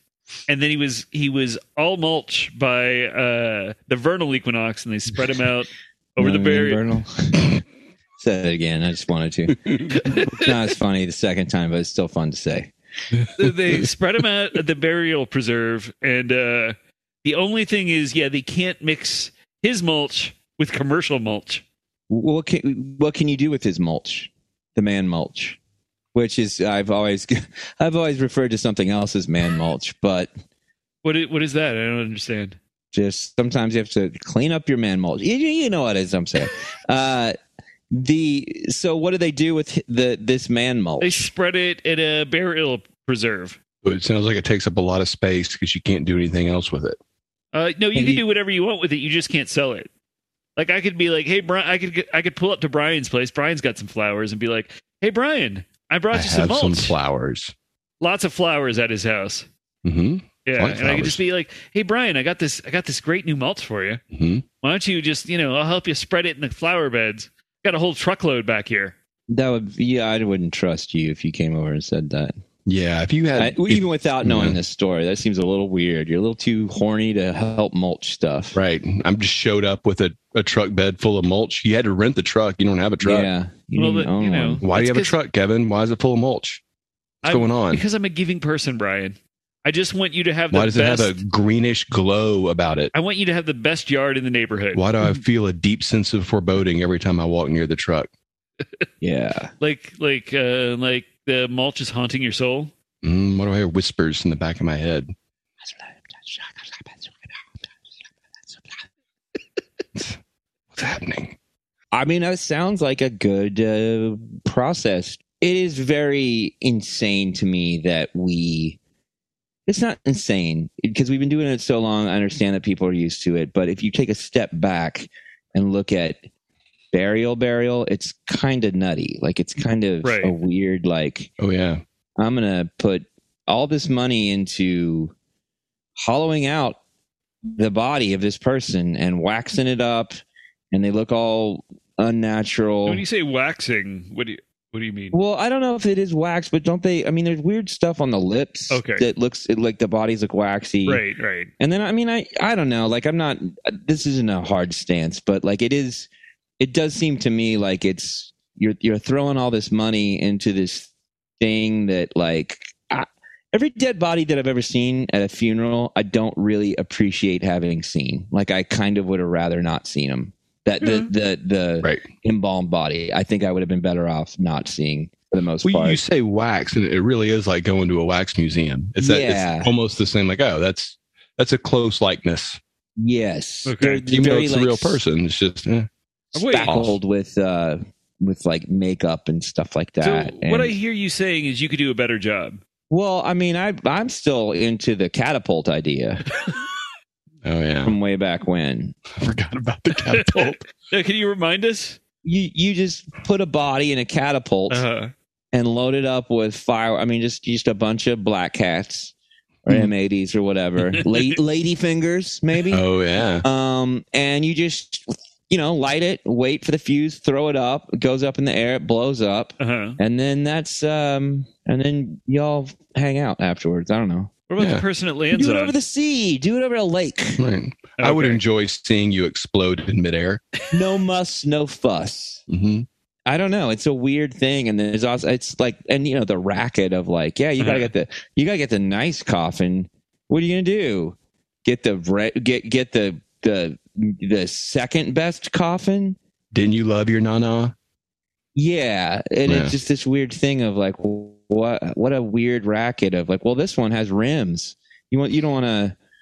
and then he was he was all mulch by uh, the vernal equinox, and they spread him out over the Know what I mean, burial. Vernal? Said it again. I just wanted to. it's not as funny the second time, but it's still fun to say. they spread him out at the burial preserve, and uh, the only thing is, yeah, they can't mix his mulch with commercial mulch. What can what can you do with his mulch? The man mulch, which is I've always I've always referred to something else as man mulch, but What is, what is that? I don't understand. just sometimes you have to clean up your man mulch. You, you know what it is I'm saying. Uh, the so what do they do with the this man They mulch? spread it at a burial preserve. So It sounds like it takes up a lot of space because you can't do anything else with it. Uh, no, you And can you- do whatever you want with it. You just can't sell it. Like I could be like, hey, Brian, I could I could pull up to Brian's place. Brian's got some flowers, and be like, hey, Brian, I brought I you some have some mulch. flowers. Lots of flowers at his house. hmm Yeah, and like I could flowers. just be like, hey, Brian, I got this I got this great new mulch for you. hmm Why don't you just you know I'll help you spread it in the flower beds. Got a whole truckload back here. That would yeah, I wouldn't trust you if you came over and said that. Yeah. If you had, I, if- even without knowing yeah. this story, that seems a little weird. You're a little too horny to help mulch stuff. right, I'm just showed up with a, a truck bed full of mulch. You had to rent the truck. You don't have a truck. Yeah. You Well, need but, to own you know, one. Why do you That's have a 'cause- truck, Kevin? Why is it full of mulch? What's I'm- going on? Because I'm a giving person, Brian. I just want you to have the Why does best. it have a greenish glow about it? I want you to have the best yard in the neighborhood. Why do I feel a deep sense of foreboding every time I walk near the truck? Yeah. Like like uh like the mulch is haunting your soul. Mm, what do I hear whispers in the back of my head? What's happening? I mean, that sounds like a good uh, process. It is very insane to me that we. It's not insane because we've been doing it so long. I understand that people are used to it, but if you take a step back and look at burial, burial, it's kind of nutty. Like it's kind of Right. a weird, like Oh yeah, I'm going to put all this money into hollowing out the body of this person and waxing it up, and they look all unnatural. When you say waxing, what do you what do you mean? Well, I don't know if it is wax, but don't they? I mean, there's weird stuff on the lips Okay. that looks it, like the bodies look waxy. Right, right. And then I mean I I don't know like I'm not this isn't a hard stance but like it is it does seem to me like it's you're you're throwing all this money into this thing that like I, every dead body that I've ever seen at a funeral I don't really appreciate having seen like I kind of would have rather not seen them that the the the right. embalmed body I think I would have been better off not seeing for the most Well, part you say wax, and it really is like going to a wax museum. It's that Yeah. it's almost the same. Like oh, that's that's a close likeness. yes Okay. They're Even though very, it's like, a real person, it's just eh. Wait. spackled with uh with like makeup and stuff like that. so And- what I hear you saying is you could do a better job. well, I mean, I I'm still into the catapult idea Oh yeah, from way back when. I forgot about the catapult. Now, Uh, can you remind us? You you just put a body in a catapult Uh-huh. and load it up with fire. I mean, just just a bunch of black cats or Mm-hmm. Mhm. M80s or whatever, La- lady fingers maybe. oh yeah, um, and you just you know light it, wait for the fuse, throw it up, it goes up in the air, it blows up, Uh-huh. and then that's um, and then y'all hang out afterwards. I don't know. What about Yeah. the person it Do lands it on? over the sea. Do it over a lake. right. I would Okay. enjoy seeing you explode in midair. No muss, no fuss. Mm-hmm. I don't know. It's a weird thing, and there's also it's like, and you know, the racket of like, yeah, you gotta Uh-huh. get the you gotta get the nice coffin. What are you gonna do? Get the re- get get the the the second best coffin? Didn't you love your nana? Yeah, and Yeah. it's just this weird thing of like, what what a weird racket of like, well, this one has rims. You want you don't want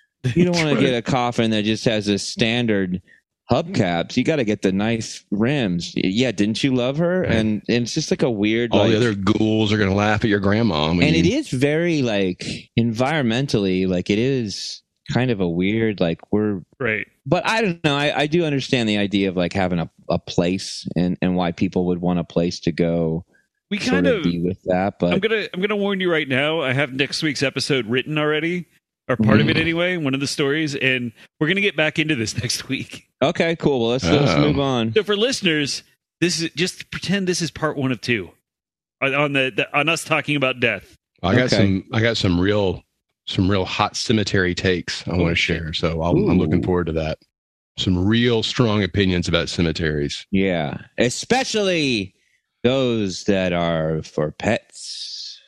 to you don't want to get a coffin that just has a standard hubcaps. You got to get the nice rims. Yeah, didn't you love her? Right. And, and it's just like a weird. All the like- other ghouls are gonna laugh at your grandma. when and you- it is very like environmentally like it is kind of a weird like we're right. but i don't know i, I do understand the idea of like having a, a place and and why people would want a place to go We sort kind of, of be with that but I'm gonna I'm gonna warn you right now. I have next week's episode written already, or part Mm. of it anyway. One of the stories, and we're gonna get back into this next week. okay cool well let's, let's Oh. move on So for listeners, this is just pretend this is part one of two on- on the, the on us talking about death. I got Okay. some. I got some real, some real hot cemetery takes I want to share. So I'll, I'm looking Ooh. forward to that. Some real strong opinions about cemeteries. yeah especially those that are for pets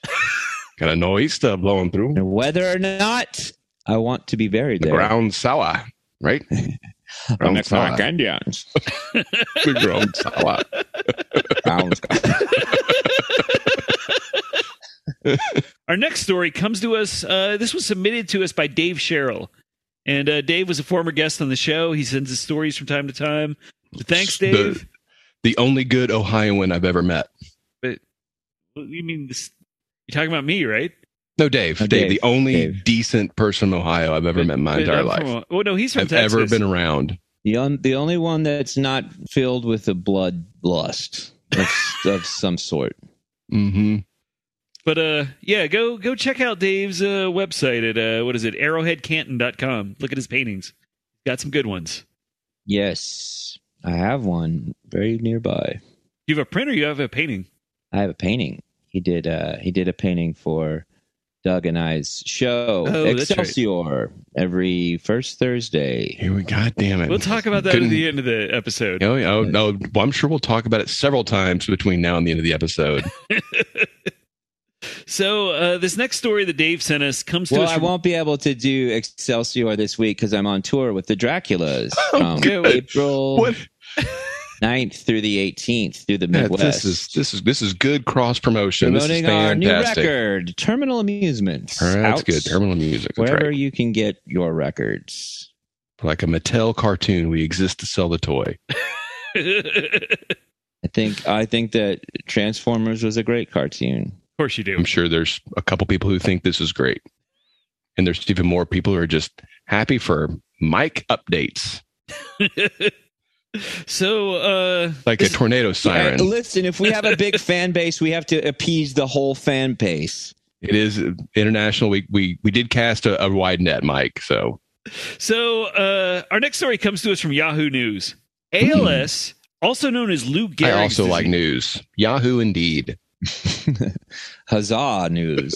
Got a noise stuff blowing through and whether or not i want to be buried the there ground sour, right? I'm ground sour. like Indians. The ground sour. Ground Our next story comes to us. Uh, this was submitted to us by Dave Sherrill, and uh, Dave was a former guest on the show. He sends us stories from time to time. So thanks, The- Dave. The only good Ohioan I've ever met. you mean this? You're talking about me, right? No, Dave. Oh, Dave, Dave, the only Dave. decent person in Ohio I've ever met in my But entire I'm life. from- oh no, he's from I've Texas. ever been around. The on, the only one that's not filled with a bloodlust of, of some sort. hmm But uh, yeah, go go check out Dave's uh, website at uh, what is it? Arrowheadcanton.com. Look at his paintings. Got some good ones. Yes, I have one very nearby. You have a printer. You have a painting. I have a painting. He did. Uh, he did a painting for Doug and I's show Oh, that's right. Excelsior every first Thursday. Here we God damn it. We'll talk about that Couldn't- at the end of the episode. Oh, yeah, oh, no. Well, I'm sure we'll talk about it several times between now and the end of the episode. So uh, this next story that Dave sent us comes to Well, us. I from- won't be able to do Excelsior this week because I'm on tour with the Draculas from good. April What? 9th through the 18th through the Yeah, Midwest. this is this is this is good cross promotion. This is promoting our new fantastic. record, Terminal Amusements. All right, that's Out good. Terminal music. That's wherever right. you can get your records. Like a Mattel cartoon, we exist to sell the toy. of I think I think that Transformers was a great cartoon. course you do. I'm sure there's a couple people who think this is great, and there's even more people who are just happy for mic updates, So uh, like a tornado siren. Yeah, listen, if we have a big fan base, we have to appease the whole fan base. It is international. We we we did cast a, a wide net, Mike. So so uh, our next story comes to us from Yahoo News. ALS, also known as Lou Gehrig's I also disease- like news. Yahoo, indeed. Huzzah news.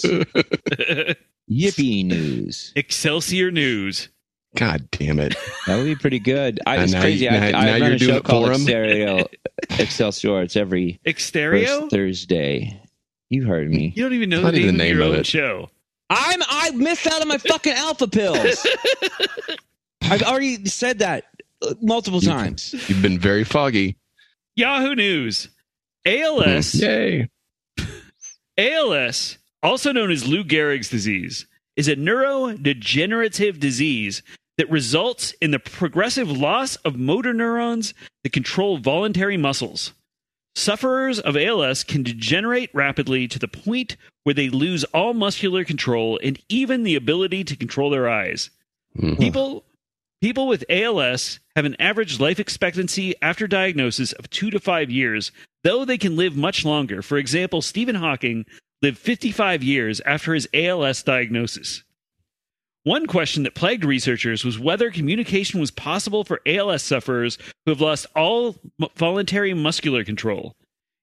Yippee news. Excelsior News. God damn it! That would be pretty good. I, And it's now crazy. you- I, now- I now run you're a show doing it called for 'em? Exterior, Excelsior. It's every Exterio? first Thursday. You heard me. You don't even know Not the name, even the of, name your of own it. show. I'm I missed out on my fucking alpha pills. I've already said that uh, multiple You- times. You've been very foggy. Mm. Yahoo News. ALS. Yay! ALS, also known as Lou Gehrig's disease, is a neurodegenerative disease that results in the progressive loss of motor neurons that control voluntary muscles. Sufferers of ALS can degenerate rapidly to the point where they lose all muscular control and even the ability to control their eyes. Mhm. People people with ALS have an average life expectancy after diagnosis of 2 to 5 years, though they can live much longer. For example, Stephen Hawking lived 55 years after his ALS diagnosis. One question that plagued researchers was whether communication was possible for ALS sufferers who have lost all m- voluntary muscular control.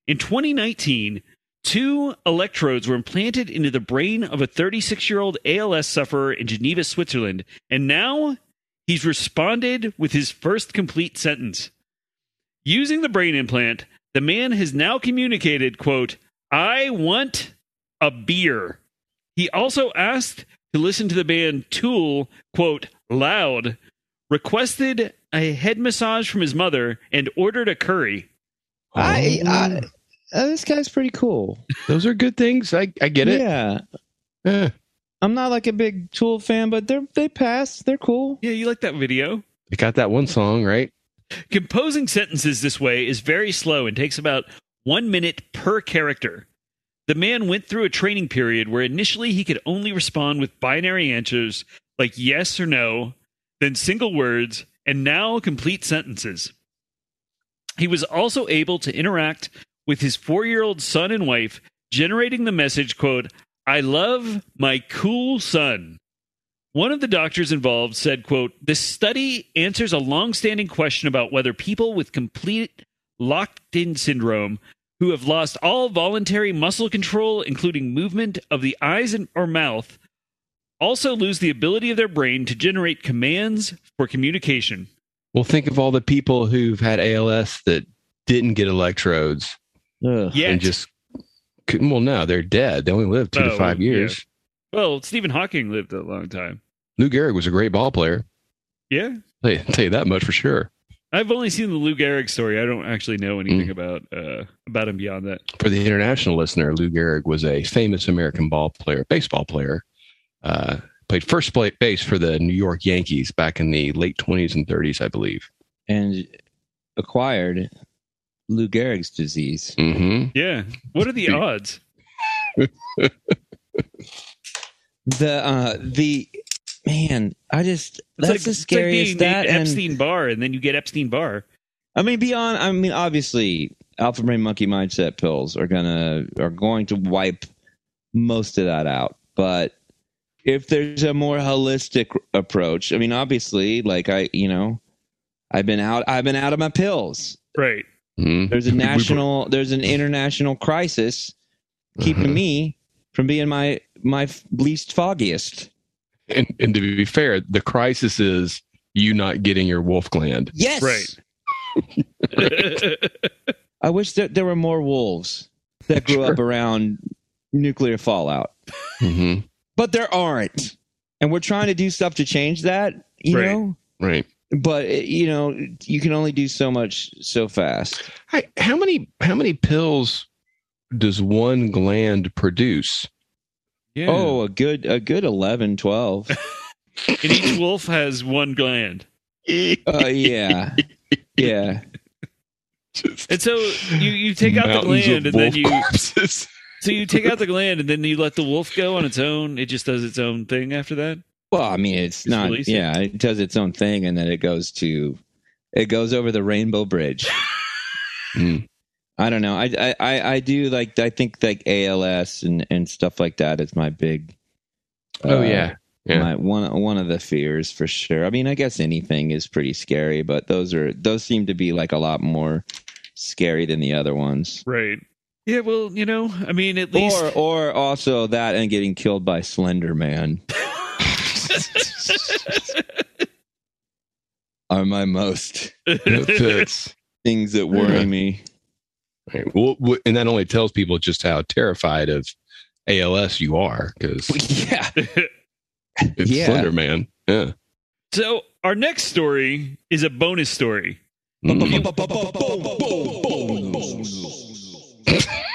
In 2019, two electrodes were implanted into the brain of a 36 year old ALS sufferer in Geneva, Switzerland, and now he's responded with his first complete sentence. Using the brain implant, the man has now communicated, quote, I want a beer. He also asked to listen to the band Tool, quote, loud, requested a head massage from his mother, and ordered a curry. Oh. I, I, uh, this guy's pretty cool. Those are good things. I, I get it. Yeah, Eh, I'm not like a big Tool fan, but they're they pass. They're cool. Yeah, you like that video? they got that one song, right? Composing sentences this way is very slow and takes about one minute per character. The man went through a training period where initially he could only respond with binary answers like yes or no, then single words, and now complete sentences. He was also able to interact with his four year old son and wife, generating the message, quote, I love my cool son. One of the doctors involved said, quote, This study answers a long-standing question about whether people with complete locked-in syndrome who have lost all voluntary muscle control, including movement of the eyes and or mouth, also lose the ability of their brain to generate commands for communication. Well, think of all the people who've had ALS that didn't get electrodes Ugh. Yet, and just couldn't. Well, no, they're dead. They only lived two Oh, to five yeah. years. well, Stephen Hawking lived a long time. Lou Gehrig was a great ball player. Yeah. I'll tell you, tell you that much for sure. I've only seen the Lou Gehrig story. I don't actually know Mm. anything about uh, about him beyond that. For the international listener, Lou Gehrig was a famous American ball player, baseball player. Uh, played first play, base for the New York Yankees back in the late 20s and 30s, I believe. and acquired Lou Gehrig's disease. Mm-hmm. Yeah. What are the odds? The uh the man, I just It's that's like- the it's like scariest being that named and Epstein Barr, and then you get Epstein Barr. I mean beyond I mean obviously alpha brain monkey mindset pills are gonna are going to wipe most of that out. But if there's a more holistic approach, I mean obviously like I you know I've been out I've been out of my pills. Right. mm-hmm. There's a We- we- national, there's an international crisis keeping Uh-huh. me from being my my f- least foggiest. And, and to be fair, the crisis is you not getting your wolf gland. Yes, Right. I wish that there were more wolves that grew up around nuclear fallout, hmm but there aren't, and we're trying to do stuff to change that. You Right. know, Right. but it- you know, you can only do so much so fast. Hi, how many how many pills does one gland produce? yeah. Oh, a good, a good 11, 12. and each wolf has one gland, uh, yeah, yeah. Just and so you you take out the mountains of gland, and then wolf you corpses. so you take out the gland, and then you let the wolf go on its own. It just does its own thing after that. Well, I mean, it's Just not. release it. Yeah, it does its own thing, and then it goes to, it goes over the Rainbow Bridge. Hmm. Mm. I don't know. I, I I I do like. I think like ALS and and stuff like that is my big. Oh uh, yeah. yeah. my one one of the fears for sure. I mean, I guess anything is pretty scary, but those are those seem to be like a lot more scary than the other ones. Right. Yeah. Well, you know, I mean, at least Or oh, or also that and getting killed by Slender Man are my most It Uh, fits. things that worry Yeah. me. Right. Well, w- and that only tells people just how terrified of ALS you are because yeah. it's Yeah. Slender Man. Yeah. so our next story is a bonus story. Mm.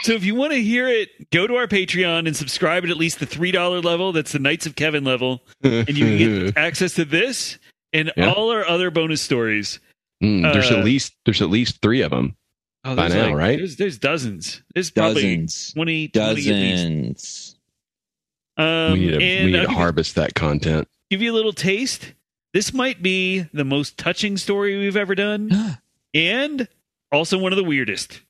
So if you want to hear it, go to our Patreon and subscribe at at least the three dollar level. That's the Knights of Kevin level, and you can Mm. get uh, access to this and Yeah. all our other bonus stories. Mm, there's uh, at least there's at least three of them. Oh, By there's now, right? There's, there's dozens. There's probably Dozens. 20, 20 at least. Dozens. Um, we need to, and we need I'll to give- harvest that content. give you a little taste. This might be the most touching story we've ever done, and also one of the weirdest.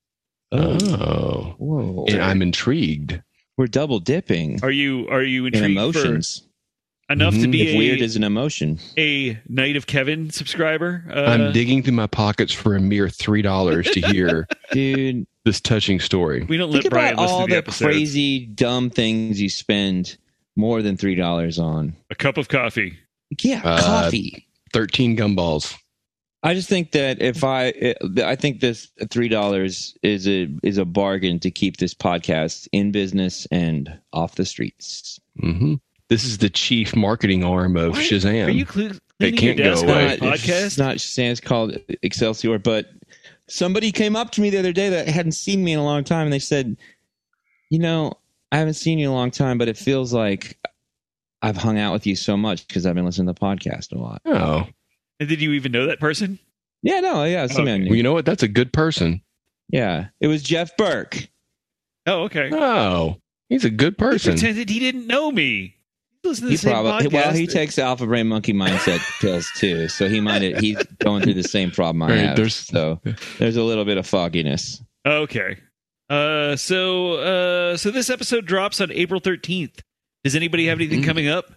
Oh, Whoa. and I'm intrigued. We're double dipping Are you are you in intrigued for emotions. enough to Mhm. be If a, weird is an emotion. a Knight of Kevin subscriber? Uh, I'm digging through my pockets for a mere three dollars to hear Dude, this touching story. we don't think let Brian about listen all to the, the, episodes. crazy, dumb things you spend more than $3 on. A cup of coffee. Yeah, Uh, coffee. Thirteen gumballs. I just think that if I, I think this three dollars is a is a bargain to keep this podcast in business and off the streets. hmm This is the chief marketing arm of Why- Oh, Shazam. Are you cle- It cleaning can't your desk go on a away. Not, it's podcast? not Shazam's called Excelsior, but somebody came up to me the other day that hadn't seen me in a long time, and they said, "You know, I haven't seen you in a long time, but it feels like I've hung out with you so much because I've been listening to the podcast a lot." oh, and did you even know that person? Yeah, no, yeah, it's something I Okay. knew. well, you know what? That's a good person. yeah, it was Jeff Burke. Oh, okay. Oh, he's a good He person. pretended he didn't know me. He listened to the He same probably podcast. well, he takes alpha brain monkey mindset pills too, so he might he's going through the same problem I Right, have. there's- so there's a little bit of fogginess. Okay. Uh so uh so this episode drops on April 13th. Does anybody have anything Mm. coming up?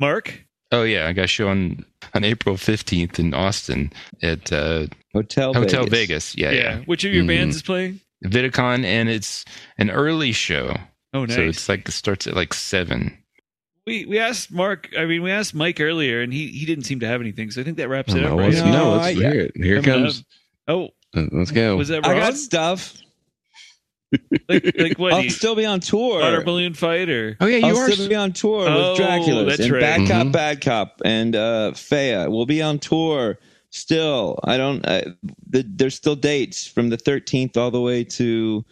Mark? Oh yeah, I got a show on on April fifteenth in Austin at uh, Hotel Hotel Vegas. Vegas. Yeah, yeah, Which of your Mm. bands is playing? Vidicon, and it's an early show, Oh nice. so it's like it starts at like seven. we we asked Mark, I mean we asked Mike earlier and he he didn't seem to have anything. So I think that wraps Oh, it no, up. let's- Right? wasn't- no, No, let's I- hear it. Here it Coming up. comes. Oh, Uh, Let's go. was that I wrong? got stuff. like like what? I'll you- still be on tour. Water balloon fight or oh yeah, you I'll are. still be on tour Oh, with Dracula that's and right. Bad Cop, Mhm. Bad Cop, and uh, Fea. We'll be on tour still. I don't. Uh, the, there's still dates from the 13th all the way to.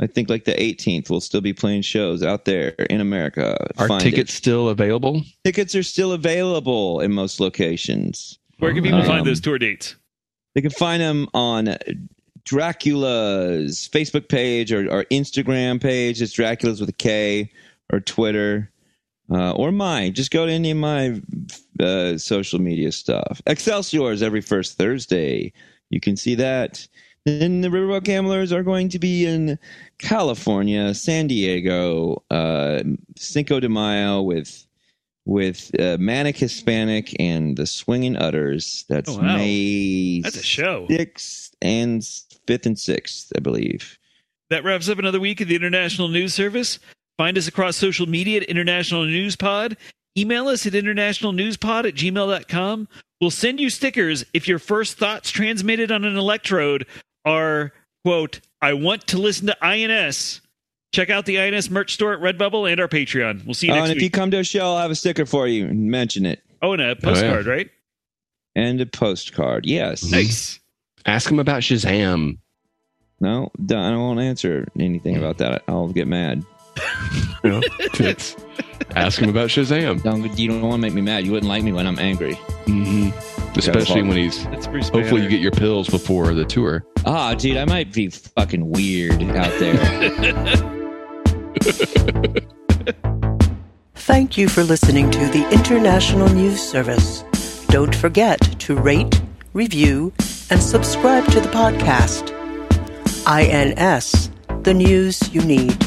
I think like the 18th, we'll still be playing shows out there in America. Are Find it. tickets still available? Tickets are still available in most locations. where can people find Um, those tour dates? They can find them on Dracula's Facebook page or, or Instagram page. It's Dracula's with a K or Twitter uh, or mine. Just go to any of my uh, social media stuff. Excelsior is every first Thursday. You can see that. Then the Riverwalk Gamblers are going to be in California, San Diego, uh, Cinco de Mayo with with uh, Manic Hispanic and the Swinging Utters. That's Oh, wow. May That's a show. sixth and fifth and sixth, I believe. That wraps up another week of the International News Service. Find us across social media at International News Pod. Email us at internationalnewspod at gmail.com. We'll send you stickers if your first thoughts transmitted on an electrode are, quote, I want to listen to INS. Check out the INS merch store at Redbubble and our Patreon. We'll see you Oh, next and if you week. come to a show, I'll have a sticker for you and mention it. oh, and a postcard, right? And a postcard. Yes. Nice. Ask him about Shazam. No, I won't answer anything about that. I'll get mad. You know? It's- ask him about Shazam, Don't, you don't want to make me mad. You wouldn't like me when I'm angry. hmm especially when he's. That's Bruce Hopefully, you Banner. get your pills before the tour. Ah, dude, I might be fucking weird out there. Thank you for listening to the International News Service. Don't forget to rate, review, and subscribe to the podcast. INS, the news you need.